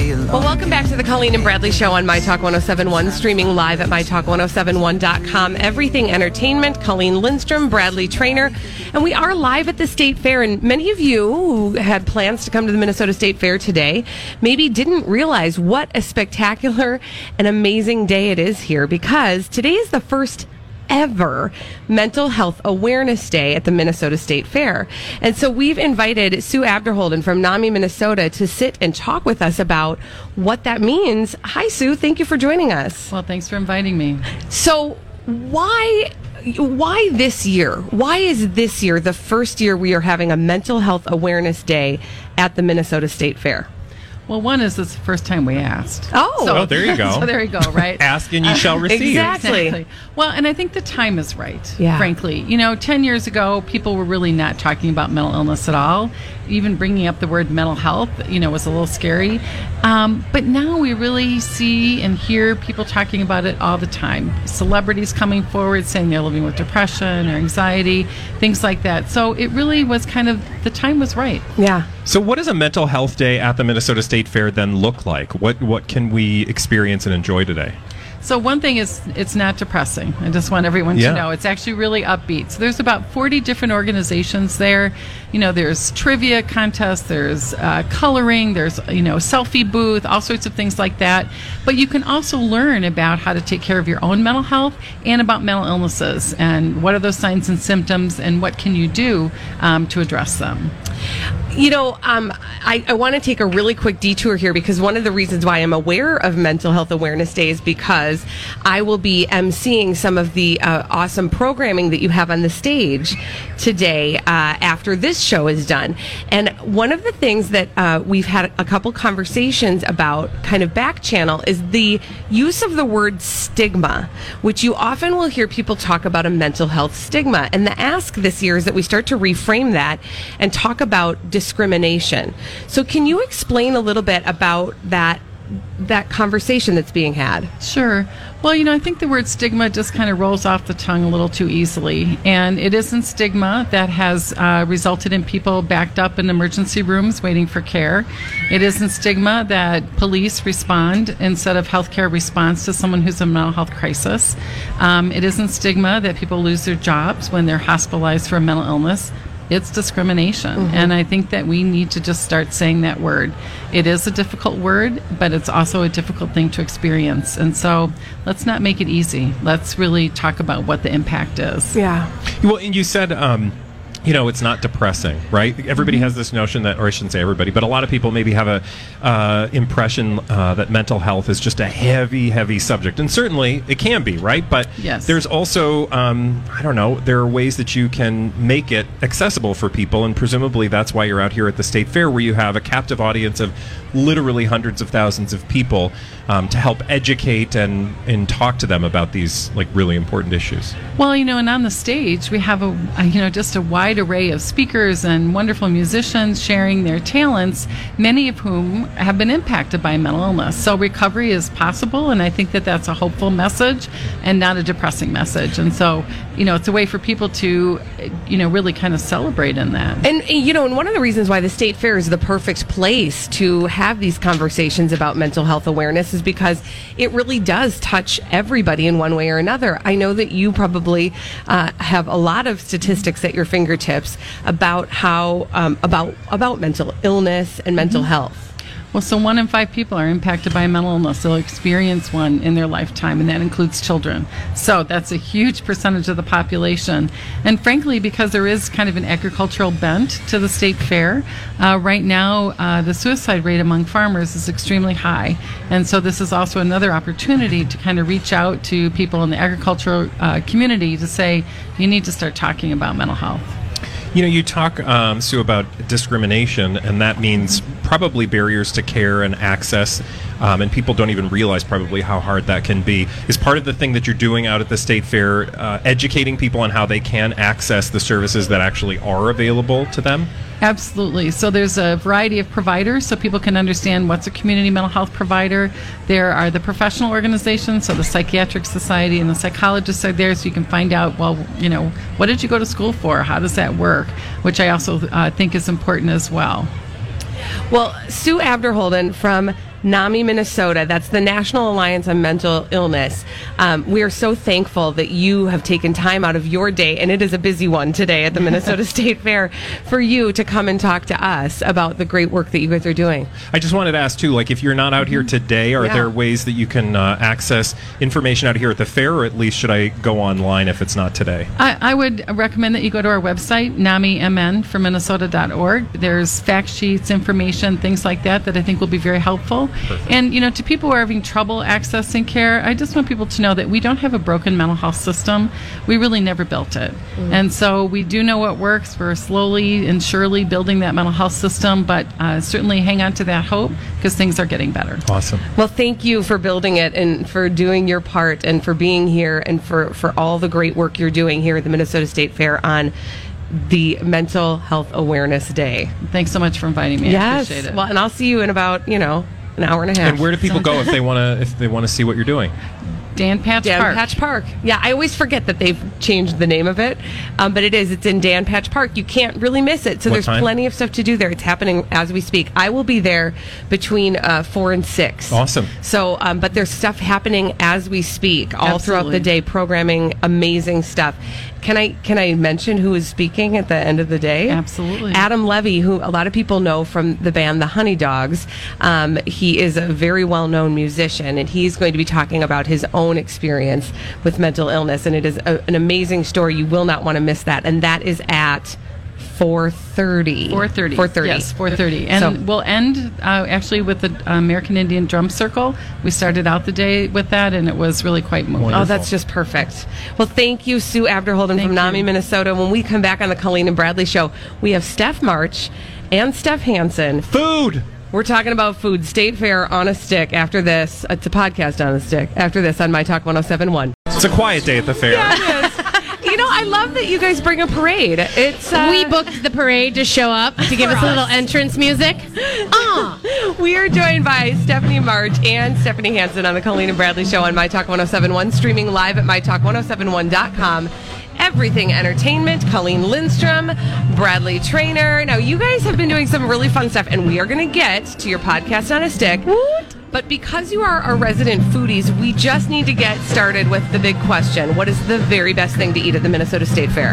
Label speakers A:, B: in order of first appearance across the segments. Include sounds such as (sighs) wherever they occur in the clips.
A: Well, welcome back to the Colleen and Bradley Show on My Talk 1071, streaming live at MyTalk1071.com. Everything Entertainment, Colleen Lindstrom, Bradley Trainer. And we are live at the State Fair. And many of you who had plans to come to the Minnesota State Fair today maybe didn't realize what a spectacular and amazing day it is here because today is the first ever Mental Health Awareness Day at the Minnesota State Fair. And so we've invited Sue Abderholden from NAMI, Minnesota to sit and talk with us about what that means. Hi, Sue. Thank you for joining us.
B: Well, thanks for inviting me.
A: So, why? Why this year? Why is this year the first year we are having a mental health awareness day at the Minnesota State Fair?
B: Well, one is this first time we asked.
A: Oh.
C: Oh, there you go.
B: (laughs) so there you go,
C: (laughs)
B: right?
C: Ask and you shall receive.
A: Exactly.
B: Well, and I think the time is right,
A: Yeah.
B: frankly. You know, 10 years ago, people were really not talking about mental illness at all. Even bringing up the word mental health, you know, was a little scary. Um, but now we really see and hear people talking about it all the time. Celebrities coming forward saying they're living with depression or anxiety, things like that. So it really was kind of, the time was right.
A: Yeah.
C: So, what does a mental health day at the Minnesota State Fair then look like? What what can we experience and enjoy today?
B: So one thing is it's not depressing. I just want everyone
C: Yeah.
B: to know it's actually really upbeat. So there's about 40 different organizations there. You know, there's trivia contests, there's uh, coloring, there's you know selfie booth, all sorts of things like that. But you can also learn about how to take care of your own mental health and about mental illnesses and what are those signs and symptoms and what can you do um, to address them.
A: You know, um, I, I want to take a really quick detour here because one of the reasons why I'm aware of Mental Health Awareness Day is because I will be emceeing some of the uh, awesome programming that you have on the stage today uh, after this show is done. And one of the things that uh, we've had a couple conversations about, kind of back channel, is the use of the word stigma, which you often will hear people talk about a mental health stigma. And the ask this year is that we start to reframe that and talk about discrimination. So, can you explain a little bit about that that conversation that's being had?
B: Sure. Well, you know, I think the word stigma just kind of rolls off the tongue a little too easily. And it isn't stigma that has uh, resulted in people backed up in emergency rooms waiting for care. It isn't stigma that police respond instead of healthcare response to someone who's in a mental health crisis. Um, it isn't stigma that people lose their jobs when they're hospitalized for a mental illness. It's discrimination. And I think that we need to just start saying that word. It is a difficult word, but it's also a difficult thing to experience. And so let's not make it easy. Let's really talk about what the impact is.
A: Yeah.
C: Well, and you said, um, you know, it's not depressing, right? Everybody has this notion that, or I shouldn't say everybody, but a lot of people maybe have a uh, impression uh, that mental health is just a heavy, heavy subject, and certainly it can be, right? But
B: Yes.
C: there's also, um, I don't know, there are ways that you can make it accessible for people, and presumably that's why you're out here at the state fair, where you have a captive audience of literally hundreds of thousands of people um, to help educate and and talk to them about these like really important issues.
B: Well, you know, and on the stage we have a, a you know just a wide array of speakers and wonderful musicians sharing their talents, many of whom have been impacted by mental illness. So recovery is possible, and I think that that's a hopeful message and not a depressing message. And so, you know, it's a way for people to, eh, you know, really kind of celebrate in that.
A: And, and, you know, and one of the reasons why the state fair is the perfect place to have these conversations about mental health awareness is because it really does touch everybody in one way or another. I know that you probably uh, have a lot of statistics at your fingertips about how um, about about mental illness and mental health.
B: Well, so one in five people are impacted by a mental illness. They'll experience one in their lifetime, and that includes children. So that's a huge percentage of the population. And frankly, because there is kind of an agricultural bent to the state fair, uh, right now uh, the suicide rate among farmers is extremely high. And so this is also another opportunity to kind of reach out to people in the agricultural uh, community to say, you need to start talking about mental health.
C: You know, you talk, um, Sue, about discrimination, and that means probably barriers to care and access, um, and people don't even realize probably how hard that can be. Is part of the thing that you're doing out at the state fair uh, educating people on how they can access the services that actually are available to them?
B: Absolutely. So there's a variety of providers so people can understand what's a community mental health provider. There are the professional organizations, so the Psychiatric Society and the psychologists are there so you can find out, well, you know, what did you go to school for? How does that work? Which I also uh, think is important as well.
A: Well, Sue Abderholden from NAMI Minnesota, that's the National Alliance on Mental Illness. Um, we are so thankful that you have taken time out of your day, and it is a busy one today at the
B: (laughs)
A: Minnesota State Fair, for you to come and talk to us about the great work that you guys are doing.
C: I just wanted to ask too, like if you're not out here today, are
A: Yeah.
C: there ways that you can uh, access information out here at the fair, or at least should I go online if it's not today?
B: I, I would recommend that you go to our website, namimn for Minnesota.org. There's fact sheets, information, things like that that I think will be very helpful. And, you know, to people who are having trouble accessing care, I just want people to know that we don't have a broken mental health system. We really never built it. And so we do know what works. We're slowly and surely building that mental health system, but uh, certainly hang on to that hope because things are getting better.
C: Awesome.
A: Well, thank you for building it and for doing your part and for being here and for, for all the great work you're doing here at the Minnesota State Fair on the Mental Health Awareness Day.
B: Thanks so much for inviting me. I appreciate it.
A: Well, and I'll see you in about, you know, an hour and a half.
C: And where do people go if they want to if they want to see what you're doing?
B: Dan Patch
A: Dan
B: Park.
A: Patch Park. Yeah, I always forget that they've changed the name of it, um, but it is. It's in Dan Patch Park. You can't really miss it. So
C: What
A: there's
C: time?
A: plenty of stuff to do there. It's happening as we speak. I will be there between uh, four and six.
C: Awesome.
A: So, um, but there's stuff happening as we speak all throughout the
B: Absolutely.
A: day. Programming, amazing stuff. Can I can I mention who is speaking at the end of the day?
B: Absolutely.
A: Adam Levy, who a lot of people know from the band The Honey Dogs, um, he is a very well known musician, and he's going to be talking about his own experience with mental illness. And it is a, an amazing story. You will not want to miss that. And that is at. 4.30
B: 4.30.
A: 4.30
B: Yes, 4.30. And
A: So-
B: we'll end uh, actually with the American Indian Drum Circle. We started out the day with that, and it was really quite moving.
A: Oh, that's just perfect. Well, thank you, Sue Abderholden from NAMI, Minnesota. When we come back on the Colleen and Bradley show, we have Steph March and Steph Hansen.
C: Food.
A: We're talking about food, state fair on a stick after this. It's a podcast on a stick after this on My Talk 1071.
C: It's a quiet day at the fair.
A: you know, I love that you guys bring a parade. It's uh,
D: we booked the parade to show up to give us a little entrance music. Ah,
A: We are joined by Stephanie March and Stephanie Hansen on the Colleen and Bradley Show on My Talk 1071, streaming live at MyTalk1071.com. Everything Entertainment, Colleen Lindstrom, Bradley Trainer. Now, you guys have been doing some really fun stuff, and we are going to get to your podcast on a stick. But because you are our resident foodies, we just need to get started with the big question What is the very best thing to eat at the Minnesota State Fair?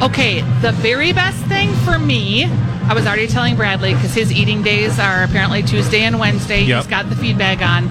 E: Okay, the very best thing for me, I was already telling Bradley because his eating days are apparently Tuesday and Wednesday.
C: Yep.
E: He's got the feedback on.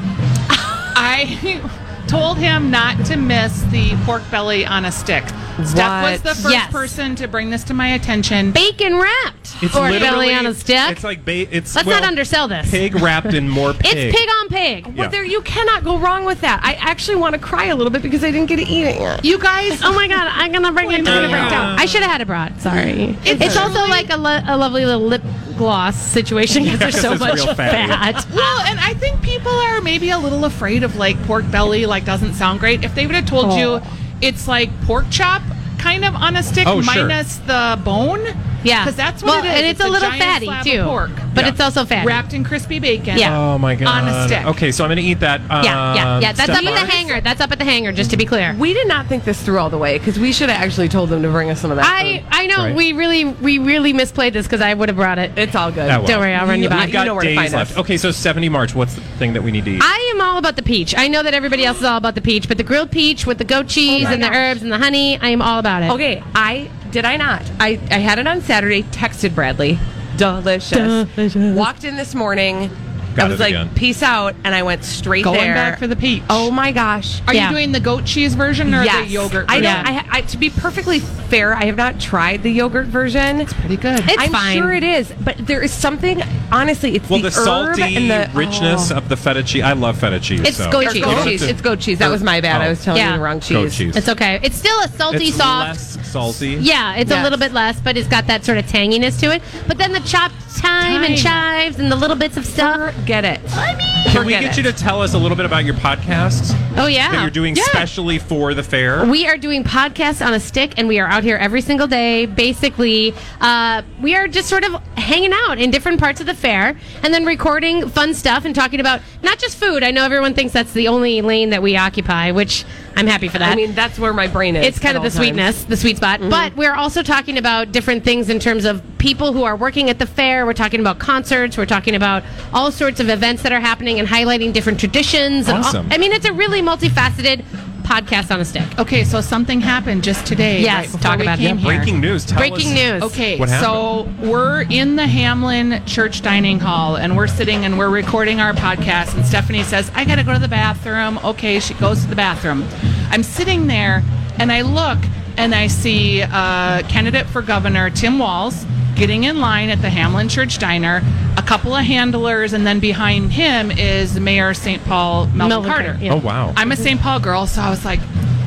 E: I told him not to miss the pork belly on a stick. Steph was
A: What?
E: the first
D: Yes.
E: person to bring this to my attention.
D: bacon wrapped
C: It's
D: or
C: literally-
D: belly on a stick.
C: It's like ba- it's
D: Let's
C: well,
D: not undersell this.
C: Pig wrapped in more pig.
D: It's pig on pig.
C: Yeah.
A: Well, there you cannot go wrong with that. I actually want to cry a little bit because I didn't get to eat it.
D: You guys, oh my god, I'm gonna bring it down.
C: down.
D: I should have had it brought. Sorry. It's, also like a, lo- a lovely little lip gloss situation because there's so
C: it's
D: much
C: real fatty.
D: fat.
E: (laughs) Well, and I think people are maybe a little afraid of like pork belly, like doesn't sound great. If they would have told
D: Oh.
E: you it's like pork chop kind of on a stick
C: Oh, sure.
E: minus the bone.
D: Yeah.
E: Because that's what
D: Well,
E: it is.
D: And it's, a little
E: giant
D: fatty
E: slab of
D: too.
E: pork
D: But
C: Yeah.
D: it's also fatty.
E: wrapped in crispy bacon.
D: Yeah.
C: Oh my god.
E: On a stick.
C: Okay, so I'm gonna eat that. Um,
D: yeah, yeah, yeah. That's
C: stuff
D: up at
C: orange.
D: the hanger. That's up at the hanger, just to be clear.
A: We did not think this through all the way because we should have actually told them to bring us some of that.
D: I,
A: food.
D: I know
C: Right.
D: we really we really misplayed this because I would have brought it.
A: it's all good.
C: Oh, well.
D: Don't worry, I'll run you
C: We've
D: back.
C: got
A: You know where to
C: days
A: find
C: left.
A: us.
C: Okay, so 70 March. What's the thing that we need to eat?
D: I am all about the peach. I know that everybody else is all about the peach, but the grilled peach with the goat
E: Oh
D: cheese and the herbs and the honey, I am all about it.
A: Okay, I did I not? I I had it on Saturday. Texted Bradley, delicious. Walked in this morning.
C: Got
A: I was
C: it
A: like,
C: again.
A: peace out. And I went straight
B: Going
A: there.
B: back for the peach.
A: Oh my gosh.
E: Are
D: Yeah.
E: you doing the goat cheese version or
A: yes.
E: the yogurt?
A: I
E: version?
A: don't, I, I, to be perfectly fair, I have not tried the yogurt version. It's
B: pretty good.
D: It's
A: I'm
D: fine.
A: sure it is, but there is something. Honestly, it's
C: Well,
A: the,
C: the,
A: herb
C: salty
A: and the
C: richness of the feta cheese. I love feta cheese.
D: oh. It's
C: so.
D: goat
A: Or
D: cheese.
C: You don't
A: goat
C: have
A: cheese.
C: to-
A: It's goat cheese. That was my bad.
C: Oh.
A: I was telling
D: Yeah.
A: you the wrong cheese.
C: Goat cheese.
D: It's okay. It's still a salty,
C: It's
D: soft.
C: less salty.
D: Yeah, it's a
A: Yes.
D: little bit less, but it's got that sort of tanginess to it. But then the chopped thyme
A: Thyme.
D: and chives and the little bits of stuff.
A: Get it.
D: I mean,
C: Can we
A: Forget
C: get
A: it.
C: you to tell us a little bit about your podcasts
D: oh
C: that
D: yeah,
C: you're doing
D: Yeah.
C: specially for the fair?
D: We are doing podcasts on a stick, and we are out here every single day. Basically, uh, we are just sort of hanging out in different parts of the fair, and then recording fun stuff and talking about not just food. I know everyone thinks that's the only lane that we occupy, which I'm happy for that.
A: I mean, that's where my brain is.
D: it's kind
A: at
D: of the
A: all times. Mm-hmm.
D: sweetness, the sweet spot. But we're also talking about different things in terms of people who are working at the fair. We're talking about concerts. We're talking about all sorts of events that are happening and highlighting different traditions. and all-
C: Awesome.
D: I mean, it's a really multifaceted podcast on a stick.
E: Okay, so something happened just today.
D: Yes,
E: right before
D: talk
E: we
D: about it.
E: came
D: Yeah,
E: here.
C: Breaking news. Tell
D: Breaking
C: us-
D: news.
E: Okay,
C: What
E: so we're in the Hamlin Church Dining Hall and we're sitting and we're recording our podcast. And Stephanie says, I got to go to the bathroom. Okay, she goes to the bathroom. I'm sitting there and I look and I see uh, candidate for governor Tim Walz getting in line at the Hamlin Church Diner, a couple of handlers, and then behind him is Mayor St. Paul Melvin,
D: Melvin Carter,
E: Carter.
D: yeah.
C: Oh, wow.
E: I'm a St. Paul girl, so I was like,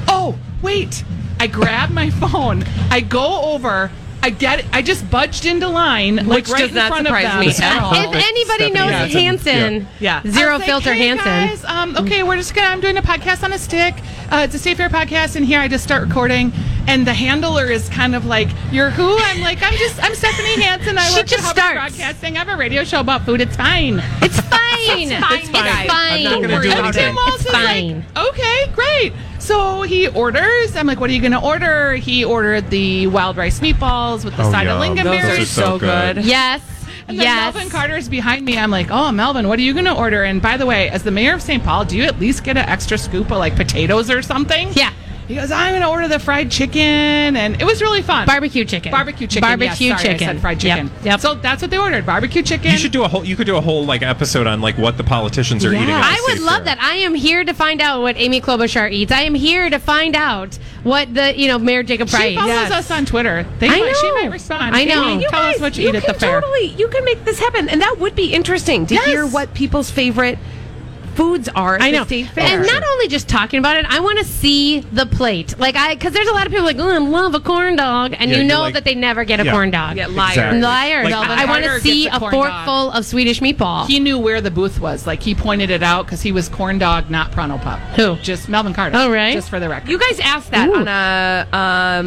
E: oh, wait. I grab my phone. I go over. I get it. I just budged into line, like
A: Which
E: right
A: does
E: in
A: not
E: front of
A: surprise
E: them.
A: me
C: This at all.
D: If
C: Like
D: anybody
C: Oh, Stephanie
D: knows
C: Hansen.
D: Hansen,
A: Yeah. Yeah.
D: zero
E: I was like,
D: filter
E: "Hey,
D: Hansen.
E: guys, um, okay, we're just gonna. I'm doing a podcast on a stick. Uh, it's a State Fair podcast, and here I just start recording. And the handler is kind of like, "You're who?" I'm like, "I'm just. I'm Stephanie Hansen. I
D: She
E: work
D: just
E: for Hubbard
D: starts.
E: Broadcasting. I have a radio show about food. It's fine.
D: (laughs) It's fine.
E: It's fine,
D: It's
E: guys.
D: fine.
C: I'm not gonna do
E: And
C: anything.
E: Tim Walz
D: It's
E: is like,
D: fine.
E: okay, great. So he orders. I'm like, what are you going to order? He ordered the wild rice meatballs with the
C: Oh,
E: side
C: yum.
E: of
C: Those
E: lingonberry.
C: are so So good. good.
D: Yes.
E: And then
D: yes.
E: Melvin Carter's behind me. I'm like, oh, Melvin, what are you going to order? And by the way, as the mayor of St. Paul, do you at least get an extra scoop of like potatoes or something?
D: Yeah.
E: He goes, I'm going to order the fried chicken. And it was really fun.
D: Barbecue chicken.
E: Barbecue chicken.
D: Barbecue
E: yes, sorry, I
D: chicken.
E: said fried
D: Yep,
E: chicken.
D: yep.
E: So that's what they ordered barbecue chicken.
C: You should do a whole. You could do a whole like episode on like what the politicians are eating. at the
D: I would
C: state
D: love
C: fair.
D: that. I am here to find out what Amy Klobuchar eats. I am here to find out what the you know Mayor Jacob Fry
E: She
D: eats.
E: follows us on Twitter. They
D: I
E: might- She
D: know.
E: might respond.
D: I
E: She
D: know.
E: might
D: You
E: Tell us what you, eat at
A: can
E: the fair.
A: Totally, you can make this happen, and that would be interesting to
E: Yes.
A: hear what people's favorite foods are. At
D: I know.
A: the state fair.
D: And not only just talking about it, I want to see the plate. Like I, because there's a lot of people like, oh, I love a corn dog, and
C: Yeah,
D: you
C: you're
D: know
C: like-
D: that they never get a
C: Yeah.
D: corn dog.
A: Yeah, liar.
C: Exactly.
D: Liars.
C: Like,
D: I want to
E: Carter
D: see
E: gets
D: a,
E: a corn dog.
D: forkful of Swedish meatball.
E: He knew where the booth was. Like he pointed it out because he was corn dog, not Prono Pup.
D: Who?
E: Just Melvin Carter.
D: Oh, right.
E: Just for the record.
A: you guys asked that
D: Ooh.
A: on a.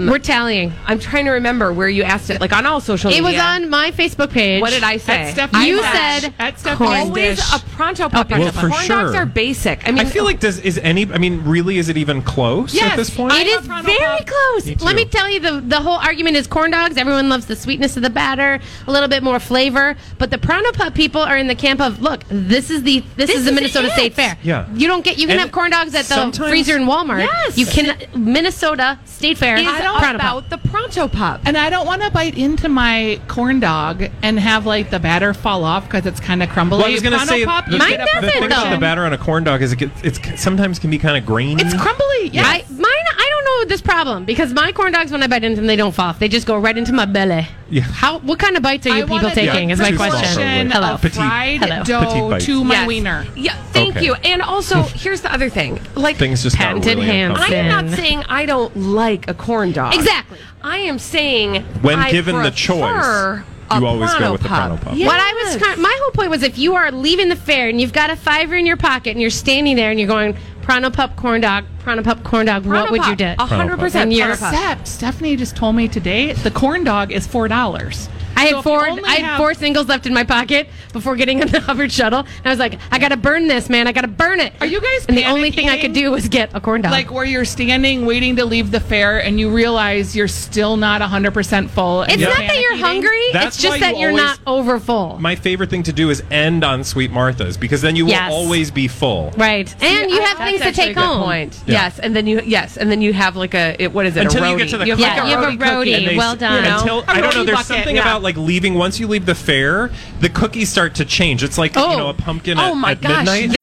A: Um,
D: We're tallying.
A: I'm trying to remember where you asked it, like on all social
D: It
A: media.
D: was on my Facebook page.
A: What did I
E: at
A: say?
E: Stephanie's
D: You
E: dish.
D: said
E: at Stephanie's
A: Always
E: dish.
A: a pronto pup.
C: Well, for
A: Corn dogs
C: sure.
A: are basic. I mean,
C: I feel like does is any. I mean, really, is it even close at
E: Yes,
C: this point?
D: It
E: I'm a
D: is
E: Prono
D: very
E: Pop.
D: close.
C: Me too.
D: Let me tell you, the the whole argument is corn dogs. Everyone loves the sweetness of the batter, a little bit more flavor. But the Prono Pup people are in the camp of look, this is the this, is the Minnesota State Fair.
C: Yeah.
D: you don't get you can
C: And
D: have corn dogs at the
C: sometimes-
D: freezer in Walmart.
A: Yes.
D: you can Minnesota State Fair
A: is
D: is Prono Pup.
A: about the pronto pup.
E: and I don't want to bite into my corn dog and have like the batter fall off because it's kind of crumbly.
C: Well, I was going to
E: Prono
C: say
E: Pup,
C: the,
E: you
D: Mine
C: the
E: get a
D: doesn't,
C: thing
D: though.
C: about the batter on a corn dog is it gets, it's sometimes can be kind of grainy.
E: It's crumbly. Yeah.
D: I mine I don't know this problem because my corn dogs when I bite into them they don't fall off they just go right into my belly.
C: Yeah.
D: How what kind of bites are you
E: I
D: people
E: wanted the
D: taking is my
C: too small,
D: question.
E: proportion
C: probably.
D: Hello.
E: of
C: Petite.
E: Fried
D: Hello.
C: Petite
E: dough
C: bite.
E: to my
A: Yes.
E: wiener.
A: Yeah, thank
C: Okay.
A: you. And
C: (laughs)
A: also, here's the other thing. Like
C: Things just got
D: Patented
C: really
D: hands.
A: I
C: uncomfortable.
A: am not
D: Sin.
A: saying I don't like a corn dog.
D: Exactly.
A: I am saying
C: When
A: I
C: given the
A: prefer
C: choice,
A: a
C: you always go with the
A: Prono
C: Prono Pup.
D: What I was, trying my whole point was, if you are leaving the fair and you've got a fiver in your pocket and you're standing there and you're going Prono Pup corn dog, Prono Pup corn dog, what
A: Prono
D: would you
A: Pup.
D: do?
A: A hundred
C: Pup.
A: percent.
D: And you're-
A: Prono Pup.
E: Except Stephanie just told me today the corn dog is four dollars.
D: I
E: So
D: had
E: if you
D: four.
E: only
D: I had
E: have-
D: four singles left in my pocket before getting on the (laughs) Hubbard shuttle, and I was like, I gotta burn this, man. I gotta burn it.
E: Are you guys
D: And the only thing I could
E: panicking?
D: do was get a corn dog.
E: Like where you're standing waiting to leave the fair and you realize you're still not 100% full. and
D: it's
E: you're
D: not that you're
E: panicking.
D: hungry.
C: That's
D: it's just
C: why
D: that
C: you
D: you're
C: always-
D: not over full.
C: My favorite thing to do is end on Sweet Martha's because then you will
D: Yes.
C: always be full.
D: Right. and you
A: I-
D: have
A: that's
D: things to
A: actually a
D: take
A: good
D: home.
A: point.
D: You
A: Yes, and then you yes, and then you have like a it, what is it?
C: Until
A: a roadie.
C: you get to the
A: have,
D: Yeah,
A: like,
D: you have a
A: cookie.
D: roadie.
C: And they-
D: well done.
C: Until
E: A
C: I don't know,
E: roadie
C: there's
E: bucket,
C: something
E: yeah.
C: about like leaving. Once you leave the fair, the cookies start to change. It's like you know a pumpkin
A: Oh
C: at,
A: my
C: at
A: gosh,
C: midnight.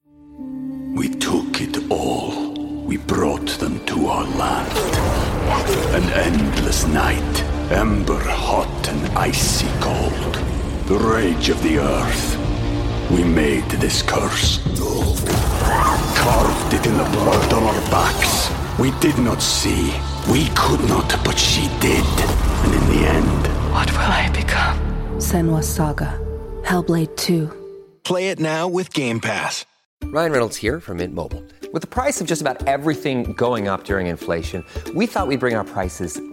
F: We took it all. We brought them to our land. An endless night, ember hot and icy cold. The rage of the earth. We made this curse. Carved it in the blood on our backs. We did not see. We could not, but she did. And in the end,
G: What will I become? Senwa Saga, Hellblade 2.
H: Play it now with Game Pass.
I: Ryan Reynolds here from Mint Mobile. With the price of just about everything going up during inflation, we thought we'd bring our prices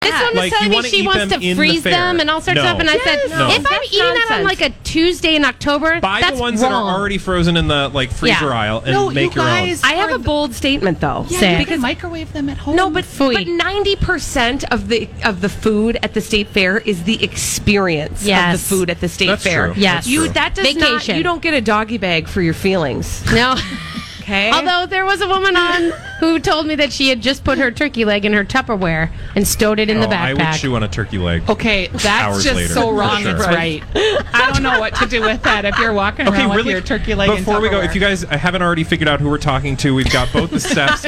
D: This one was
C: Like, you
D: telling me
C: wanna
D: she
C: eat
D: wants
C: them
D: to
C: in the
D: freeze
C: fair.
D: them and all sorts of
C: No.
D: stuff. And I said,
C: Yes. No.
D: if I'm
A: That's
D: eating that on like
A: nonsense.
D: a Tuesday in October,
C: Buy
D: that's
C: the ones
D: wrong.
C: that are already frozen in the like freezer
D: Yeah.
C: aisle and
E: No,
C: make
E: you
C: your
E: guys-
C: own.
A: I have a bold statement though.
E: Yeah,
D: Sick.
E: you can microwave them at home.
A: No, but
D: Fooey.
A: but ninety percent of the of the food at the state fair is the experience of
D: Yes.
A: the food at the state
C: That's
A: fair.
C: true.
D: Yes.
A: you that does not.
D: Vacation.
A: You don't get a doggy bag for your feelings. (laughs)
D: No.
A: Okay.
D: Although there was a woman
C: (laughs)
D: on who told me that she had just put her turkey leg in her Tupperware and stowed it in the
C: Oh, I would
D: backpack.
C: chew on a turkey leg.
E: Okay, that's
C: Hours
E: just
C: later,
E: so
C: for
E: wrong.
C: sure.
E: It's right. I don't know what to do with that. If you're walking around with your turkey leg, in
C: Before we go,
E: Tupperware.
C: if you guys haven't already figured out who we're talking to, we've got both the Stephs,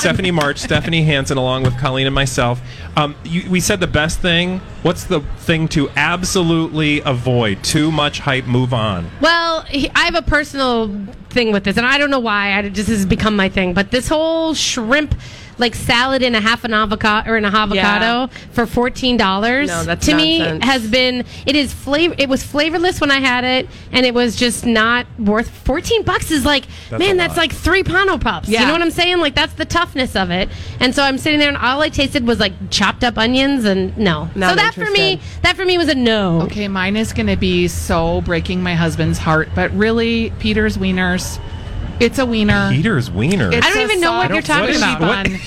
C: Stephanie March, Stephanie Hansen, along with Colleen and myself. Um, you, we said the best thing. What's the thing to absolutely avoid? Too much hype. Move on.
D: Well, he- I have a personal thing with this, and I don't know why. I it just has become my thing. But this whole shrimp, like salad in a half an avocado or in a avocado for fourteen dollars,
A: No, that's
D: to
A: nonsense.
D: me has been it is flavor. It was flavorless when I had it, and it was just not worth fourteen bucks. Is like
C: That's a
D: man, that's
C: lot.
D: like three Pano Pops. You
A: Yeah.
D: know what I'm saying? Like that's the toughness of it. And so I'm sitting there, and all I tasted was like chopped up onions, and no.
A: Not
D: so that for me,
A: interested.
D: that for me was a no.
E: Okay, mine is going to be so breaking my husband's heart, but really, Peter's wieners. It's a
B: Uh,
E: wiener.
C: Peter's wiener.
E: It's
D: I don't
E: a
D: even know what
E: soft
D: you're talking
E: cheesy
D: about.
E: bun.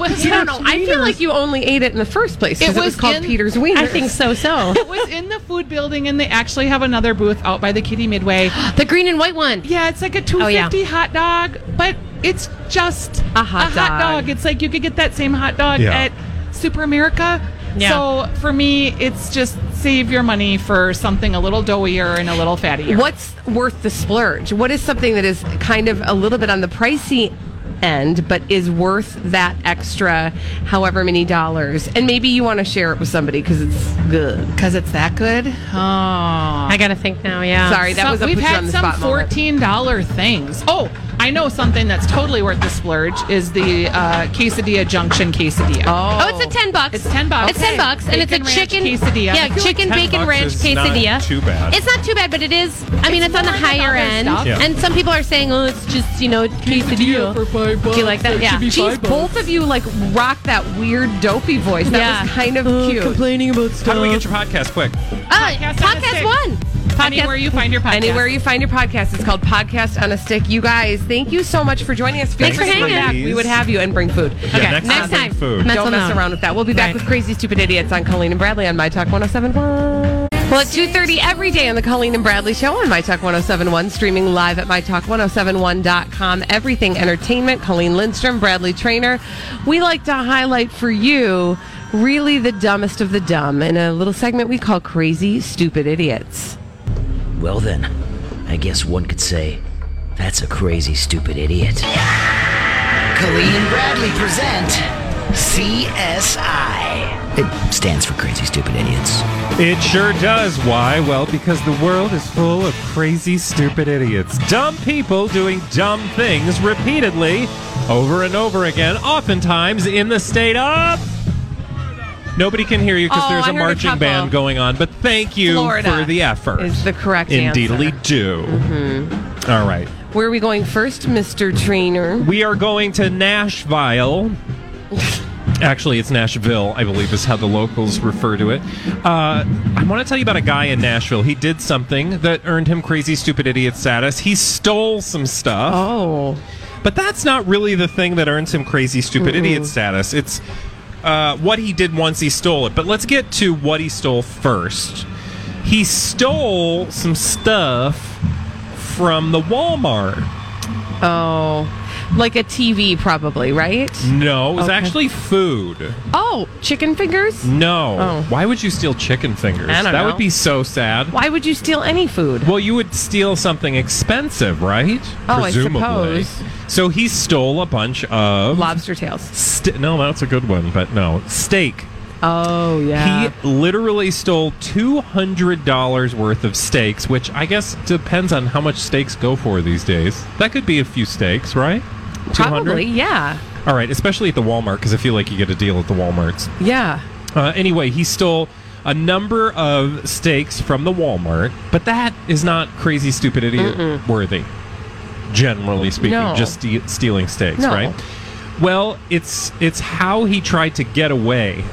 D: (laughs)
E: was.
A: I don't know. I feel like you only ate it in the first place. 'cause It
E: It
A: was,
E: was
A: called
E: in-
A: Peter's Wiener.
D: I think so.
A: (laughs)
D: So
E: It was in the food building, and they actually have another booth out by the Kitty
D: (gasps)
E: Midway.
D: the green and white one.
E: Yeah, it's like a two fifty
D: Oh, yeah.
E: hot dog, but it's just
A: A hot dog.
E: It's like you could get that same hot dog
C: Yeah.
E: at Super America.
D: Yeah.
E: So for me, it's just save your money for something a little doughier and a little fattier.
A: What's worth the splurge? What is something that is kind of a little bit on the pricey end, but is worth that extra however many dollars? And maybe you want to share it with somebody because it's good.
E: Because it's that good. Oh.
D: I gotta think now. Yeah.
A: Sorry, that
E: Some-
A: was a
E: we've
A: put you
E: had
A: on the
E: some
A: spot moment.
E: fourteen dollar things. Oh, I know something that's totally worth the splurge is the uh, quesadilla junction quesadilla.
D: Oh, it's a ten bucks.
E: It's 10 bucks.
D: It's ten
E: Okay.
D: bucks, and it's a
E: Bacon ranch
D: chicken
E: quesadilla.
D: Yeah,
E: I feel like
D: chicken
C: 10
D: bacon
C: bucks
D: ranch
C: is not
D: quesadilla.
C: too bad.
D: It's not too bad, but it is. I mean, it's, on the
E: more than
D: higher
E: other
D: end,
E: stuff.
C: Yeah.
D: and some people are saying, "Oh, it's just you know quesadilla." Do you like that? Yeah.
A: Jeez, both of you like rock that weird dopey voice. That
D: Yeah.
A: was kind of cute.
D: complaining about stuff.
C: How do we get your podcast quick?
D: Uh,
E: Podcast on a
D: podcast
E: stick.
D: one.
E: Anywhere you find your podcast.
A: Anywhere you find your podcast, it's called Podcast on a Stick. You guys, thank you so much for joining us. Feel
D: Thanks
A: free
D: for
A: to come
D: hanging.
A: back. We would have you and bring food.
C: Yeah, next,
D: next
C: bring
D: time.
C: Food.
D: Mess
A: Don't mess
D: around.
A: around with that. We'll be back
D: Right.
A: with Crazy Stupid Idiots on Colleen and Bradley on My Talk 1071. Well, at 2.30 every day on the Colleen and Bradley Show on My Talk 1071, streaming live at MyTalk1071.com. Everything Entertainment, Colleen Lindstrom, Bradley Trainer. We like to highlight for you really the dumbest of the dumb in a little segment we call Crazy Stupid Idiots.
J: Well, then, I guess one could say that's a crazy, stupid idiot. Colleen and Bradley present CSI. It stands for crazy, stupid idiots.
C: It sure does. Why? Well, because the world is full of crazy, stupid idiots. Dumb people doing dumb things repeatedly, over and over again, oftentimes in the state of. Nobody can hear you because
A: Oh,
C: there's
A: I
C: a
A: heard a
C: marching
A: couple.
C: band going on, but thank you
A: Florida
C: for the effort.
A: is the correct Mm-hmm.
C: Indeedly do. All right.
A: Where are we going first, Mr. Trainer?
C: We are going to Nashville. Actually, it's Nashville, I believe, is how the locals refer to it. Uh, I want to tell you about a guy in Nashville. He did something that earned him crazy, stupid, idiot status. He stole some stuff.
A: Oh.
C: But that's not really the thing that earns him crazy, stupid, idiot status. It's uh, what he did once he stole it. But let's get to what he stole first. He stole some stuff from the Walmart.
A: Oh, like a TV, probably, right?
C: No, it was
A: Okay.
C: actually food.
A: Oh, chicken fingers?
C: No.
A: Oh.
C: Why would you steal chicken fingers?
A: I don't
C: that
A: know.
C: would be so sad.
A: Why would you steal any food?
C: Well, you would steal something expensive, right?
A: Oh, I
C: Presumably.
A: suppose.
C: So he stole a bunch of
A: Lobster tails.
C: St- no, that's a good one, but no. Steak.
A: Oh, yeah.
C: He literally stole $200 worth of steaks, which I guess depends on how much steaks go for these days. That could be a few steaks, right? 200?
A: probably, yeah.
C: All right, especially at the Walmart, because I feel like you get a deal at the Walmarts.
A: Yeah.
C: Uh, anyway, he stole a number of steaks from the Walmart, but that is not crazy, stupid, idiot
K: Mm-mm.
C: worthy. Generally speaking,
K: No.
C: just ste- stealing steaks,
K: No.
C: right? Well, it's it's how he tried to get away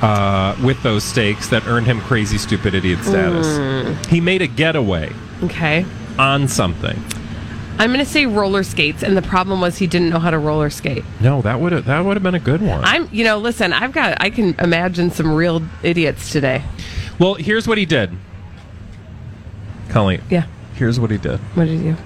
C: uh, with those steaks that earned him crazy, stupid, idiot status.
A: Mm.
C: He made a getaway
A: Okay.
C: on something.
A: I'm going to say roller skates, and the problem was he didn't know how to roller skate.
C: No, that would have that would have been a good one.
A: I'm, you know, listen, I've got, I can imagine some real idiots today.
C: Well, here's what he did. Colleen.
A: Yeah.
C: Here's what he did.
A: What did you do?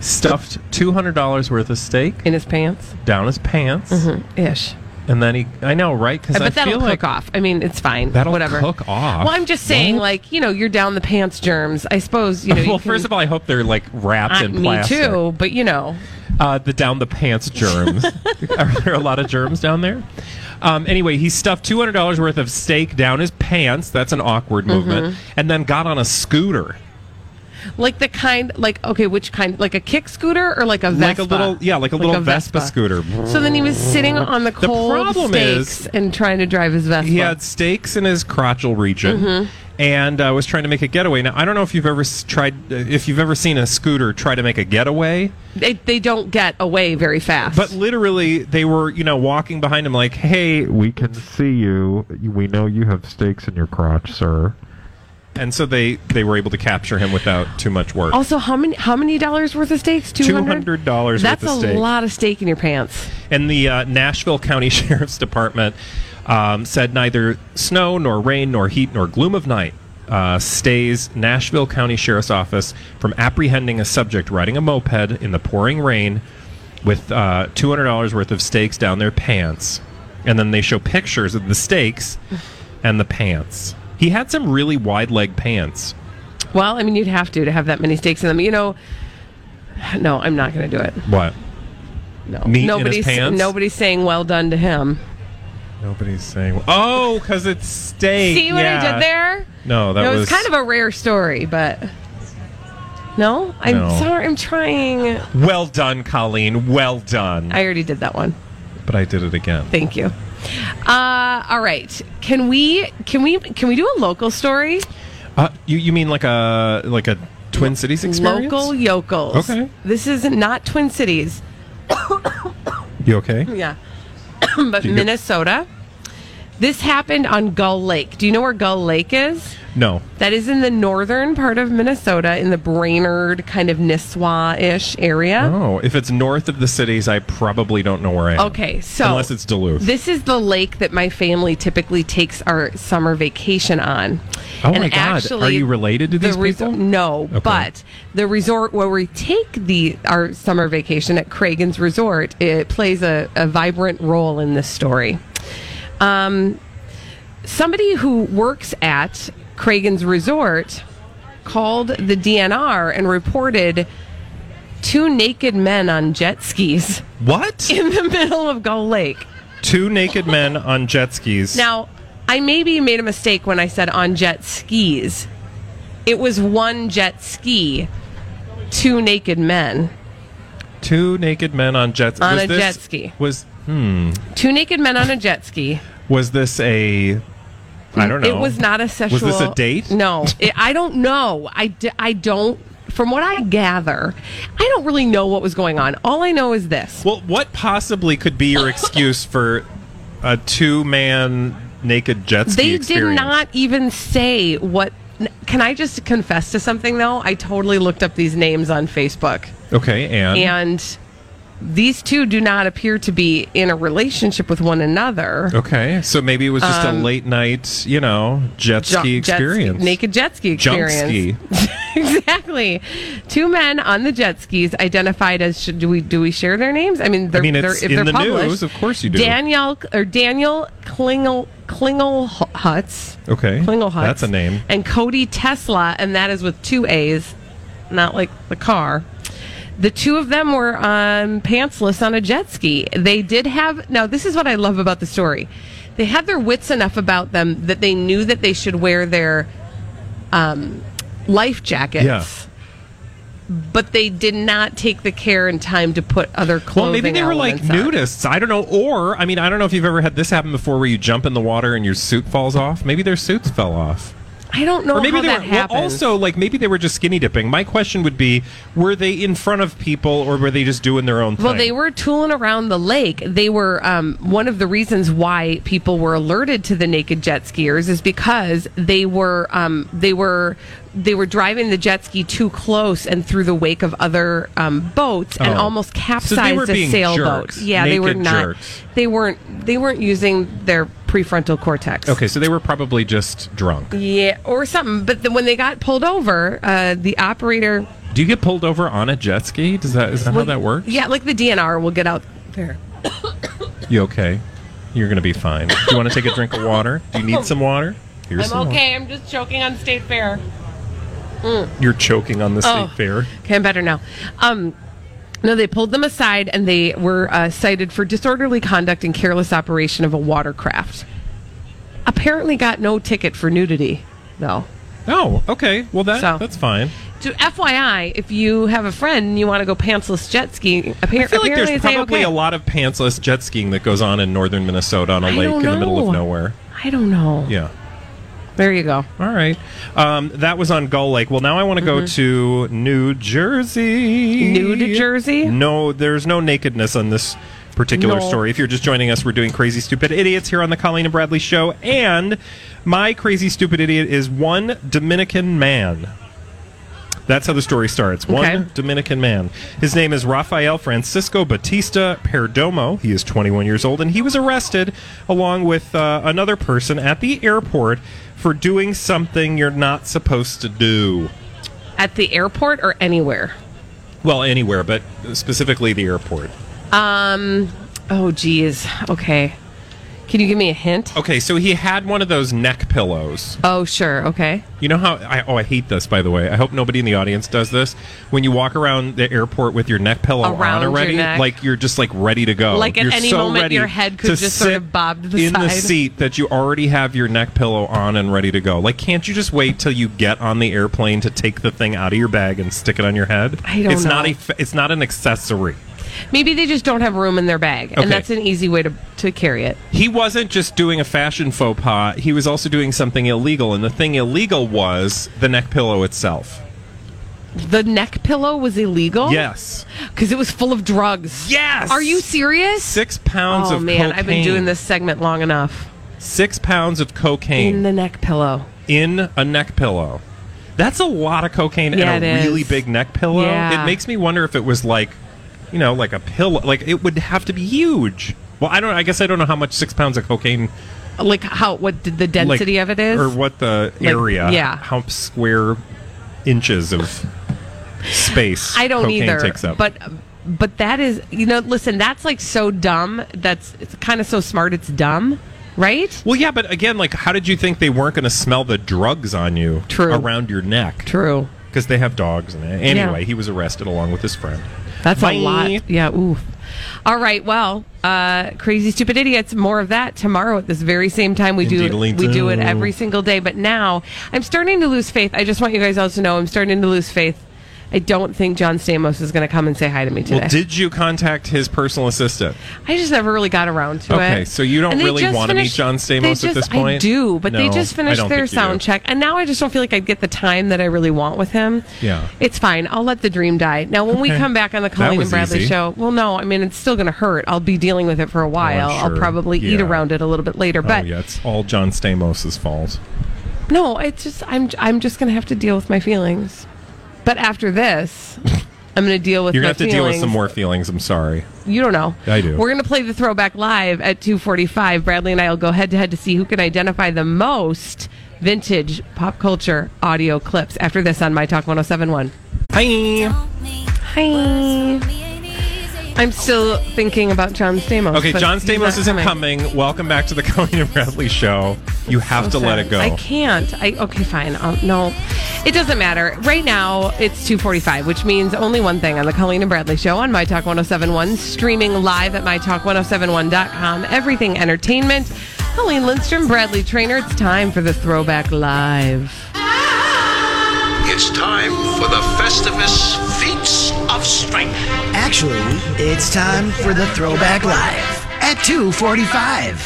C: Stuffed two hundred dollars worth of steak
A: in his pants,
C: down his pants,
A: Mm-hmm. ish,
C: and then he. I know, right? Because
A: But
C: I
A: that'll
C: feel
A: cook
C: like
A: off. I mean, it's fine.
C: That'll
A: Whatever.
C: cook off.
A: Well, I'm just saying, like, you know, you're down the pants germs. I suppose, you know.
C: well,
A: you
C: first of all, I hope they're like wrapped
A: I-
C: in
A: me
C: plastic.
A: too, but you know.
C: Uh, the down the pants
A: (laughs)
C: germs. (laughs) Are there a lot of germs down there? Um, anyway, he stuffed two hundred dollars worth of steak down his pants. That's an awkward movement.
A: Mhm.
C: And then got on a scooter,
A: Like the kind, like okay, which kind? Like a kick scooter or like a Vespa?
C: like a little, yeah, like a little Vespa, scooter.
A: So then he was sitting on the cold
C: problem
A: stakes
C: is-
A: and trying to drive his Vespa.
C: He had stakes in his crotchal region
A: Mhm.
C: and uh, was trying to make a getaway. Now, I don't know if you've ever s- tried, uh, if you've ever seen a scooter try to make a getaway,
A: They, they don't get away very fast.
C: but literally they were, you know, walking behind him like, hey, we can see you. We know you have stakes in your crotch, sir. And so they, they were able to capture him without too much work.
A: Also, how many how many dollars worth of steaks? Two
C: $200 worth
A: That's
C: of
A: a
C: steak.
A: lot of steak in your pants.
C: And the uh, Nashville County (laughs) Sheriff's Department um, said neither snow nor rain nor heat nor gloom of night uh, stays Nashville County Sheriff's Office from apprehending a subject riding a moped in the pouring rain with uh, $200 worth of stakes down their pants. And then they show pictures of the stakes and the pants. He had some really wide leg pants.
A: Well, I mean, you'd have to to have that many steaks in them. You know, no, I'm not going to do it.
C: What?
A: No,
C: Meat
A: nobody's
C: in his pants?
A: nobody's saying well done to him.
C: Nobody's saying. Oh, because it's steak.
A: See what I
C: yeah.
A: did there?
C: No, that
A: it was,
C: was
A: kind of a rare story, but no, I'm
C: No.
A: sorry, I'm trying.
C: Well done, Colleen. Well done.
A: I already did that one.
C: but I did it again.
A: Thank you. Uh, all right, can we can we can we do a local story?
C: Uh, you you mean like a like a Twin Cities experience?
A: Local yokels.
C: Okay.
A: this is not Twin Cities.
C: You okay?
A: Yeah. (coughs) but
C: Do you get-
A: Minnesota. This happened on Gull Lake. Do you know where Gull Lake is?
C: No.
A: That is in the northern part of Minnesota, in the Brainerd kind of Nisswa ish area.
C: Oh, if it's north of the cities, I probably don't know where I am.
A: Okay, so
C: unless it's Duluth.
A: This is the lake that my family typically takes our summer vacation on.
C: Oh my God. Are you related to these
A: the resort? No,
C: Okay.
A: but the resort where we take the our summer vacation at Cragen's Resort it plays a, a vibrant role in this story. Um, somebody who works at Cragen's Resort called the DNR and reported two naked men on jet skis. (laughs)
C: What?
A: In the middle of Gull Lake.
C: Two naked men on jet skis.
A: Now, I maybe made a mistake when I said on jet skis. It was one jet ski, two naked men.
C: Two naked men on jet
A: On
C: was
A: a
C: this-
A: jet ski.
C: Was hmm.
A: Two naked men on a jet ski.
C: Was this a? I don't know.
A: It was not a sexual.
C: Was this a date?
A: No, it, I don't know. I, d- I don't. From what I gather, I don't really know what was going on. All I know is this.
C: Well, what possibly could be your excuse for a two man naked jet ski.
A: They
C: experience.
A: did not even say what. Can I just confess to something though? I totally looked up these names on Facebook,
C: Okay, and,
A: and these two do not appear to be in a relationship with one another.
C: okay, so maybe it was just
A: Um,
C: a late night, you know, jet
A: Ju-
C: ski
A: jet ski-
C: experience,
A: naked jet ski
C: junk
A: experience. (laughs)
C: ski.
A: exactly. Two men on the jet skis identified as should, do we do we share their names? I mean, they're,
C: mean,
A: they're,
C: it's
A: if
C: in
A: they're
C: the
A: published,
C: news, of course you do.
A: Daniel or Daniel Klingel Klingel Huts.
C: Okay,
A: Klingel Huts.
C: that's a name.
A: And Cody Tesla, and that is with two A's, not like the car. The two of them were um, pantsless on a jet ski. They did have, now, this is what I love about the story. They had their wits enough about them that they knew that they should wear their um, life jackets.
C: Yeah.
A: But they did not take the care and time to put other clothing.
C: Well, maybe they were like
A: elements on.
C: nudists. I don't know. Or, I mean, I don't know if you've ever had this happen before where you jump in the water and your suit falls off. Maybe their suits fell off.
A: I don't know
C: or maybe
A: how
C: they
A: that
C: were well,
A: happened.
C: also like maybe they were just skinny dipping. My question would be: Were they in front of people, or were they just doing their own thing?
A: Well, they were tooling around the lake. They were um, one of the reasons why people were alerted to the naked jet skiers is because they were um, they were they were driving the jet ski too close and through the wake of other um, boats and
K: Oh.
A: almost
K: So they were
A: capsized a
K: being
A: sailboat.
K: jerks,
A: yeah, they were
C: naked
A: not.
C: jerks.
A: They weren't. They weren't using their prefrontal cortex.
C: okay, so they were probably just drunk.
A: Yeah, or something. But then when they got pulled over, uh, the operator.
C: Do you get pulled over on a jet ski? Does that is that how that works?
A: Yeah, like the DNR will get out there.
C: You okay? You're gonna be fine. Do you want to take a drink of water? Do you need some water? Here's some
A: I'm
C: water.
A: okay. I'm just choking on State Fair. Mm.
C: You're choking on the
A: Oh.
C: state fair.
A: Okay, I'm better now. Um, no, they pulled them aside and they were uh, cited for disorderly conduct and careless operation of a watercraft. Apparently, got no ticket for nudity, though.
C: Oh, okay. Well, that
A: So.
C: that's fine.
A: So, FYI, if you have a friend and you want to go pantsless jet skiing, appar-
C: I feel like
A: apparently
C: there's
A: it's a
C: probably
A: okay.
C: a lot of pantsless jet skiing that goes on in northern Minnesota on a
A: I
C: lake
A: don't
C: in the middle
A: know.
C: of nowhere.
A: I don't know.
C: Yeah.
A: There you go.
C: All right. Um, that was on Gull Lake. Well, now I want to
A: Mm-hmm.
C: go to New Jersey.
A: Nude Jersey?
C: No, there's no nakedness on this particular
A: No.
C: story. If you're just joining us, we're doing Crazy Stupid Idiots here on the Colleen and Bradley Show. And my Crazy Stupid Idiot is one Dominican man. That's how the story starts.
L: Okay.
C: One Dominican man. His name is Rafael Francisco Batista Perdomo. He is 21 years old, and he was arrested along with uh, another person at the airport for doing something you're not supposed to do.
A: At the airport or anywhere?
C: Well, anywhere, but specifically the airport.
A: Um, oh, geez. Okay. Can you give me a hint?
C: Okay, so he had one of those neck pillows.
A: Oh, sure. Okay.
C: You know how I oh I hate this by the way. I hope nobody in the audience does this. When you walk around the airport with your neck pillow
A: Around
C: on
A: your
C: already,
A: neck.
C: like you're just like ready to go.
A: Like at
C: You're
A: any
C: so
A: moment,
C: ready
A: your head could
C: to
A: just sort
C: sit
A: of bob to the
C: in the
A: side.
C: seat that you already have your neck pillow on and ready to go. Like can't you just wait till you get on the airplane to take the thing out of your bag and stick it on your head?
A: I don't
C: it's not
A: know.
C: a fa- it's not an accessory.
A: Maybe they just don't have room in their bag,
C: Okay.
A: and that's an easy way to, to carry it.
C: He wasn't just doing a fashion faux pas, he was also doing something illegal and the thing illegal was the neck pillow itself.
A: The neck pillow was illegal?
C: Yes.
A: Because it was full of drugs.
C: Yes.
A: Are you serious?
C: Six pounds
A: oh,
C: of
A: man, I've been
C: cocaine.
A: doing this segment long enough.
C: Six pounds of cocaine
A: In the neck pillow.
C: in a neck pillow. That's a lot of cocaine
A: Yeah,
C: and
A: it
C: a
A: is.
C: really big neck pillow.
A: Yeah.
C: It makes me wonder if it was like, you know, like a pillow. Like it would have to be huge. Well, I don't. I guess I don't know how much six pounds of cocaine,
A: Like how? What did the density
C: like,
A: of it is?
C: or what the
A: Like,
C: area,
A: yeah.
C: how square inches of space.
A: I don't
C: cocaine
A: either.
C: Takes up.
A: But but that is you know listen that's like so dumb. That's it's kind of so smart. It's dumb, right?
C: Well, yeah, but again, like, how did you think they weren't going to smell the drugs on you?
A: True.
C: Around your neck.
A: True.
C: Because they have dogs. And anyway, he was arrested along with his friend.
A: That's
C: Bye.
A: a lot. Yeah. Ooh. All right. Well, uh, crazy stupid idiots. More of that tomorrow at this very same time. We do.
C: Indeedly
A: We do it
C: do.
A: every single day. But now I'm starting to lose faith. I just want you guys all to know I'm starting to lose faith I don't think John Stamos is going to come and say hi to me today.
C: Well, did you contact his personal assistant?
A: I just never really got around to it.
C: Okay, so you don't
A: And they
C: really
A: just
C: want to meet
A: finished-
C: John Stamos
A: they
C: at
A: just-
C: this point?
A: I do, but they
C: No,
A: just
C: I
A: finished
C: don't
A: their
C: think you do.
A: sound check, and now I just don't feel like I'd get the time that I really want with him.
C: Yeah.
A: It's fine. I'll let the dream die. Now, when we
C: Okay.
A: come back on the
C: That
A: Colleen
C: was
A: and Bradley
C: easy. Oh,
A: show, well, no, I mean, it's still going to hurt. I'll be dealing with it for a while.
C: sure.
A: I'll probably eat
C: Yeah.
A: around it a little bit later.
C: oh
A: But
C: yeah, it's all John Stamos' fault.
A: no, it's just, I'm, I'm just going to have to deal with my feelings. But after
C: (laughs)
A: this, I'm going to deal with
C: You're
A: my
C: gonna have to
A: feelings.
C: deal with some more feelings. I'm sorry.
A: You don't know.
C: I do.
A: We're going to play the throwback live at 2:45. Bradley and I will go head to head to see who can identify the most vintage pop culture audio clips after this on My Talk 1071. Hi. Hi. I'm still thinking about John Stamos.
C: Okay,
A: but
C: John
A: he's not
C: Stamos isn't coming. Welcome back to the (laughs) Colleen and Bradley show. You have to
A: so
C: let
A: sad.
C: it go.
A: I can't. I okay, fine. Um, no, it doesn't matter. Right now, it's two forty-five, which means only one thing on the Colleen and Bradley show on My Talk one zero seven one, streaming live at mytalk1071.com. Everything entertainment. Colleen Lindstrom, Bradley Trainer. It's time for the Throwback Live.
K: It's time for the Festivus Feats of Strength.
J: Actually, it's time for the Throwback Live at 2:45.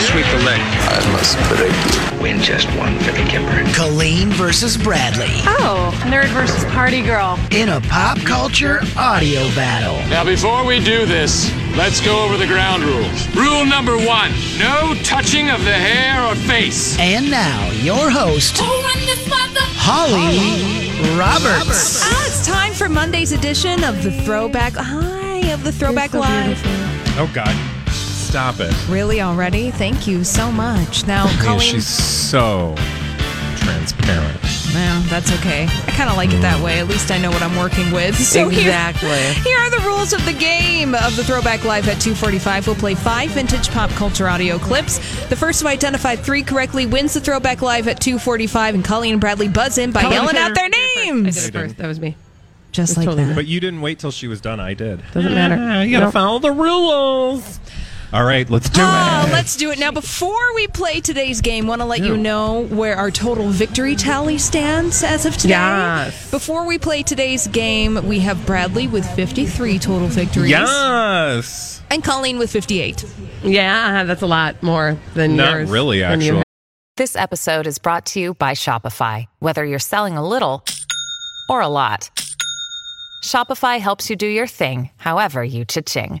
K: Sweep the leg. I must predict. Win just one for the Kimber.
J: Colleen versus Bradley. Oh, nerd versus party girl. In a pop culture audio battle.
L: Now, before we do this, let's go over the ground rules. Rule number one no touching of the hair or face.
J: And now, your host, Holly Roberts.
M: Ah, it's time for Monday's edition of the Throwback. Hi, of the Throwback Live.
C: Oh God, stop it!
M: Really already? Thank you so much. Now,
C: Man,
M: Colleen.
C: she's so transparent.
M: Well, that's okay. I kind of like it that way. At least I know what I'm working with. So here-
A: Exactly.
M: Here are the rules of the game of the Throwback Live at 245. We'll play five vintage pop culture audio clips. The first to identify three correctly wins the Throwback Live at 245, and Colleen and Bradley buzz in by
A: Colleen
M: yelling
A: Turner
M: out their names.
A: Did it first. That was me.
M: Just
A: like totally that.
C: But you didn't wait till she was done. I did.
A: Doesn't matter.
C: Yeah, you gotta
A: Nope.
C: follow the rules. All right, let's do
M: Ah,
A: Oh,
C: it.
M: let's do it now. Before we play today's game, want to let you know where our total victory tally stands as of today.
C: Yes.
M: Before we play today's game, we have Bradley with 53 total victories.
C: Yes.
M: And Colleen with 58.
A: Yeah, that's a lot more than
C: Not
A: yours.
C: really,
A: than you
C: actually.
N: This episode is brought to you by Shopify. Whether you're selling a little or a lot, Shopify helps you do your thing, however you cha-ching.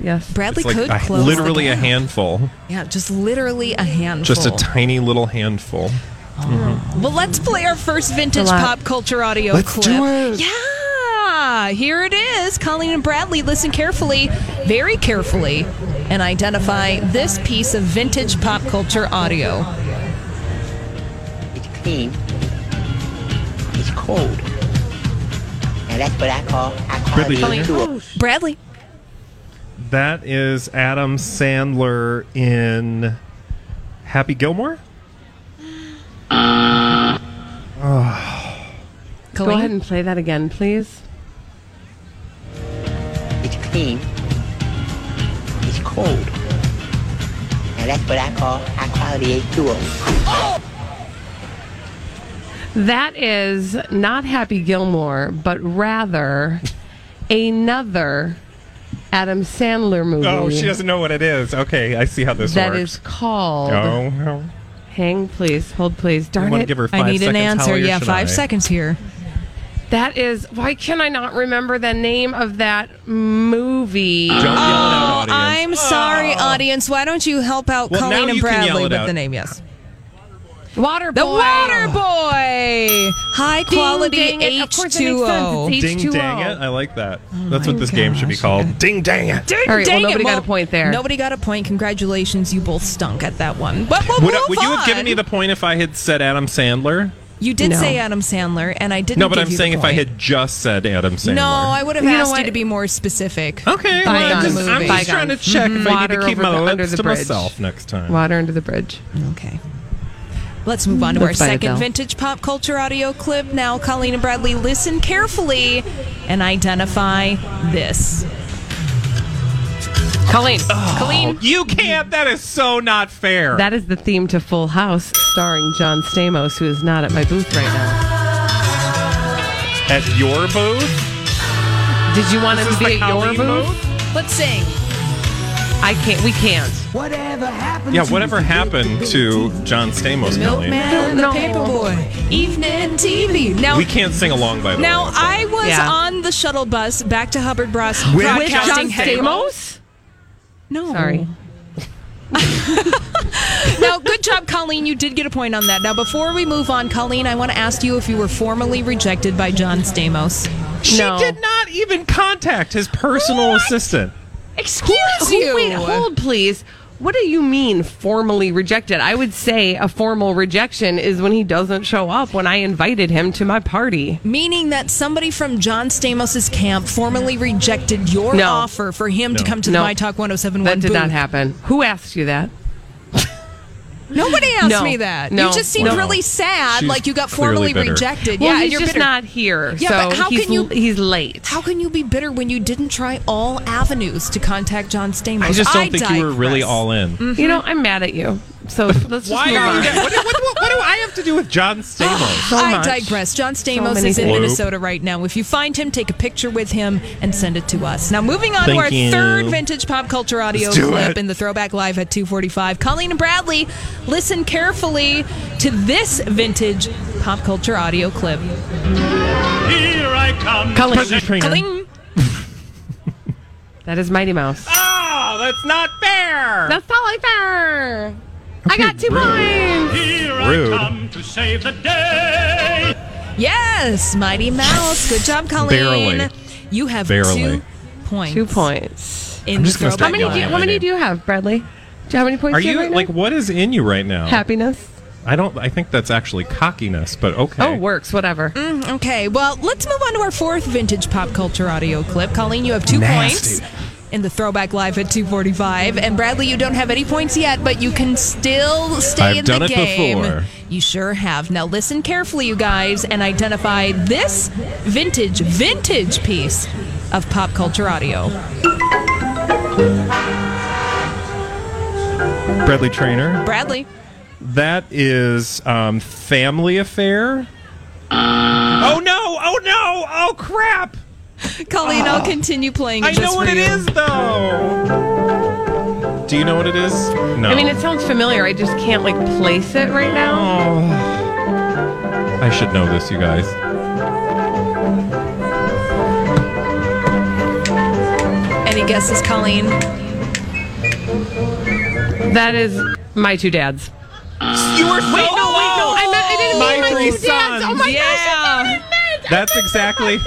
A: Yes.
M: Bradley
C: It's like
M: could
C: a-
M: close. the
C: literally a
M: gap.
C: handful,
M: Yeah, just literally a handful.
C: just a tiny little handful. Mhm.
M: Well, let's play our first vintage
C: A lot.
M: pop culture audio
C: Let's
M: clip.
C: do it.
M: Yeah, here it is. Colleen and Bradley, listen carefully, very carefully, and identify this piece of vintage pop culture audio.
O: It's clean. It's cold. And that's what I call. I call
C: Bradley,
O: it
C: Colleen.
O: cool.
M: Bradley.
C: That is Adam Sandler in Happy Gilmore. Oh,
A: Go ahead and play that again, please.
O: It's clean. It's cold. And that's what I call. I call it a duo.
A: Oh! That is not Happy Gilmore, but rather another Adam Sandler movie.
C: oh, she doesn't know what it is. Okay, I see how this
A: That
C: works.
A: is called.
C: Oh, no.
A: Hang, please. Hold, please. Darn
C: wanna
A: it.
C: give her I five
M: need an seconds, answer. Holly, or Yeah, should five I? seconds here.
A: That is. Why can I not remember the name of that movie?
C: Don't yell it out,
M: Oh, I'm sorry, audience. Why don't you help out
A: Oh. Well, now
M: Colleen and
A: you can yell
M: Bradley
A: it
M: with
A: out.
M: the name? Yes. Water The water boy. High
C: Ding,
M: quality
C: dang it. Of course it makes
M: H2O.
C: Ding dang it. I like that.
M: Oh
C: That's what this game should be called. Ding dang it.
M: Ding,
A: All right, well,
M: dang it.
A: nobody got a point there.
M: Nobody got a point. Congratulations, you both stunk at that one. But we'll
C: Would, I-
M: move
C: would
M: on.
C: you have given me the point if I had said Adam Sandler?
M: You did
C: No.
M: say Adam Sandler, and I didn't.
C: no, but
M: give
C: I'm
M: you the
C: saying if I
M: point.
C: had just said Adam Sandler.
M: No, I would have
A: You know
M: asked
A: what?
M: you to be more specific.
C: Okay, well, I'm just- I'm just trying to check if I need
M: Water
C: to keep
M: over
C: my
M: the-
C: lips
M: under the
C: to
M: bridge.
C: myself next time.
A: Water under the bridge.
M: Okay. Let's move on to our
A: Let's buy
M: second
A: Adele.
M: vintage pop culture audio clip. Now, Colleen and Bradley, listen carefully and identify this.
A: Colleen.
C: Colleen. You can't. That is so not fair.
A: That is the theme to Full House, starring John Stamos, who is not at my booth right now.
C: At your booth?
A: Did you want him to
C: This
A: be
C: is the
A: at your
C: Colleen
A: booth?
M: Let's sing.
A: I can't. We can't.
O: Whatever happened
C: Yeah, whatever happened to John Stamos, Colleen?
M: Milkman, the paper boy, evening TV. Now,
C: We can't sing along, by the way.
M: now I was
C: Yeah.
M: on the shuttle bus back to Hubbard Bros.
C: With
M: Broadcasting
A: John
M: headquarters.
A: Stamos?
M: No.
A: Sorry.
M: now, good job, Colleen. You did get a point on that. Now, before we move on, Colleen, I want to ask you if you were formally rejected by John Stamos.
C: She did not even contact his personal assistant.
M: Excuse
A: you. Wait, hold please. What do you mean formally rejected? I would say a formal rejection is when he doesn't show up when I invited him to my party.
M: Meaning that somebody from John Stamos' camp formally rejected your
A: No.
M: offer for him to
A: No.
M: come to
A: No.
M: the My Talk 1071
A: That did
M: booth.
A: not happen. Who asked you that?
M: Nobody asked
A: No.
M: me that.
A: No.
M: You just seemed
A: No.
M: really sad,
A: She's
M: like you got
A: clearly
M: formally
A: bitter.
M: rejected.
A: Well,
M: yeah,
A: he's
M: and you're
A: just
M: bitter.
A: not here,
M: Yeah, but
A: so
M: how
A: he's
M: can you?
A: l- he's late.
M: How can you be bitter when you didn't try all avenues to contact John Stamos?
C: I just don't think you were really all in.
A: You know, I'm mad at you. So let's just
C: Why
A: move
C: are you
A: on.
C: that- what, do- what, what, what do I have to do
A: (gasps)
C: with John Stamos?
M: I digress. John Stamos
C: many
M: is in
C: things.
M: Minnesota right now. If you find him, take a picture with him and send it to us. Now, moving on
C: Thank
M: to our
C: you.
M: third vintage pop culture audio
C: Let's do
M: clip
C: it.
M: in the Throwback Live at 2:45. Colleen and Bradley, listen carefully to this vintage pop culture audio clip.
L: Here I come.
M: Colleen.
A: That is Mighty Mouse.
C: Oh, that's not fair.
A: That's not like fair. I got two points.
C: Rude.
L: to save the day.
M: Yes, Mighty Mouse. Good job, Colleen.
C: Barely.
M: You have
C: Barely.
M: two points.
A: Two points.
M: In the throwback.
A: how many? Do
C: yelling
A: you,
C: at
A: how
C: my
A: many
C: name.
A: do you have, Bradley? Do you, how many points
C: Are
A: do you
C: you
A: have right
C: like
A: now?
C: what is in you right now?
A: Happiness.
C: I don't. I think that's actually cockiness, but okay.
A: Oh, works. Whatever.
M: Mm, okay, well, let's move on to our fourth vintage pop culture audio clip. Colleen, you have two points
C: Nasty.
M: in the throwback live at 245. And Bradley, you don't have any points yet, but you can still stay
C: I've
M: in
C: done
M: the
C: it
M: game.
C: before.
M: You sure have. Now listen carefully, you guys, and identify this vintage, vintage piece of pop culture audio.
C: Bradley Trainer.
M: Bradley.
C: That is um, Family Affair.
A: Uh.
C: oh no! Oh no! Oh crap!
M: Colleen,
A: Ah.
M: I'll continue playing.
C: I know what it is, though. Do you know what it is? No.
A: I mean, it sounds familiar. I just can't like place it right now.
C: Oh. I should know this, you guys.
M: Any guesses, Colleen?
A: That is my two dads.
C: You were so
A: wait, no, wait, no. I, meant, I didn't
C: My
A: mean my
C: three
A: two dads. Oh my
M: sons. Yeah.
A: gosh, that's what I meant.
C: That's exactly.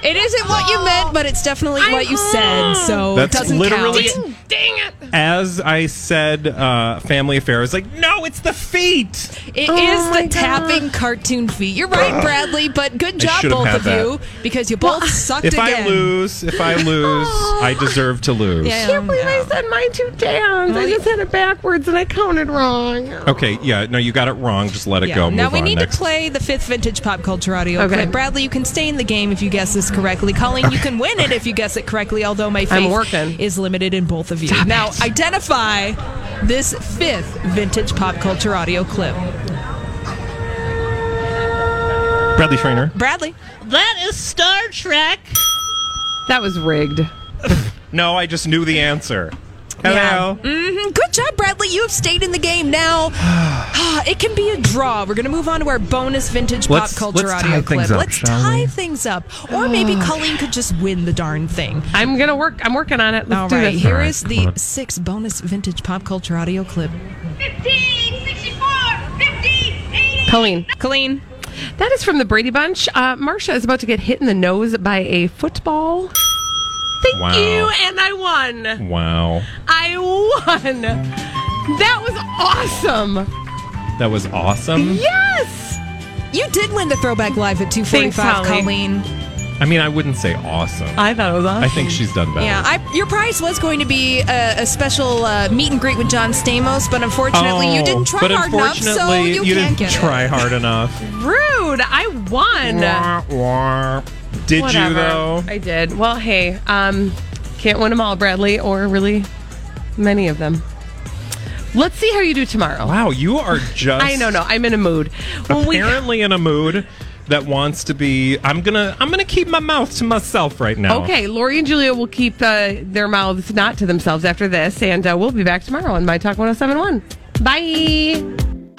M: It isn't what you meant, but it's definitely what you said.
A: Oh,
M: So
C: That's
M: it doesn't
C: literally-
M: count.
A: Dang it!
C: As I said, uh, Family Affair I was like, no, it's the feet.
M: It
A: Oh
M: is
A: my
M: the
A: God.
M: tapping cartoon feet. You're
C: (sighs)
M: right, Bradley, but good
C: I
M: job,
C: should have
M: both
C: had
M: of you, because you both sucked
C: If
M: again.
C: I lose, if I
M: (laughs)
C: lose, I deserve to lose.
A: I can't believe I said my two dads. I just had it backwards and I counted wrong.
C: Okay, yeah, no, you got it wrong. Just let it
M: Yeah.
C: go. Move
M: now we
C: on.
M: need
C: Next.
M: to play the fifth vintage pop culture audio
A: Okay.
M: clip. Bradley, you can stay in the game if you guess this correctly. Colleen, you can win it if you guess it correctly, although my
A: I'm
M: faith
A: working.
M: is limited in both of you. now identify this fifth vintage pop culture audio clip.
C: Bradley Trainer.
M: Bradley.
E: That is Star Trek.
A: That was rigged.
C: No, I just knew the answer. Hello.
M: hmm Good job, Bradley. You have stayed in the game
C: (sighs)
M: now. (sighs) Ah, it can be a draw. We're going to move on to our bonus vintage
C: Let's-
M: pop culture
C: let's tie
M: audio
C: things
M: clip.
C: up,
M: let's
C: shall
M: tie
C: we?
M: things up. Or
C: (sighs)
M: maybe Colleen could just win the darn thing.
A: I'm gonna work. I'm working on it. Let's
M: All
A: do
M: right,
A: this.
M: here is the sixth bonus vintage pop culture audio clip.
P: 15, 64, 15,
A: Colleen.
P: Colleen.
A: That is from the Brady Bunch. Uh, Marsha is about to get hit in the nose by a football. Thank
C: Wow.
A: you, and I won.
C: Mm. Wow.
A: I won. That was awesome.
C: That was awesome.
A: Yes!
M: You did win the Throwback Live at 245,
C: Thanks, Holly.
M: Colleen.
C: I mean, I wouldn't say awesome.
A: I thought it was awesome.
C: I think she's done better.
M: Uh-huh. Yeah, I, your prize was going to be a, a special uh, meet and greet with John Stamos, but unfortunately, you
C: Oh,
M: didn't try
C: but
M: hard enough, so
C: unfortunately,
M: you, can't
C: didn't
M: get it.
C: try
M: (laughs)
C: hard enough.
A: Rude. I won.
C: Wah, wah. Did
A: uh, Whatever.
C: you though?
A: I did. Well, hey, um, can't win them all, Bradley, or really many of them. Let's see how you do tomorrow.
C: Wow,
A: (laughs)
C: you are just.
A: I don't know. I'm in a mood. When we-
C: Apparently, in a mood that wants to be. I'm gonna. I'm gonna keep my mouth to myself right now.
A: Okay, Lori and Julia will keep uh, their oh mouths not to themselves after this, and uh, we'll be back tomorrow on My Talk 1071. Bye.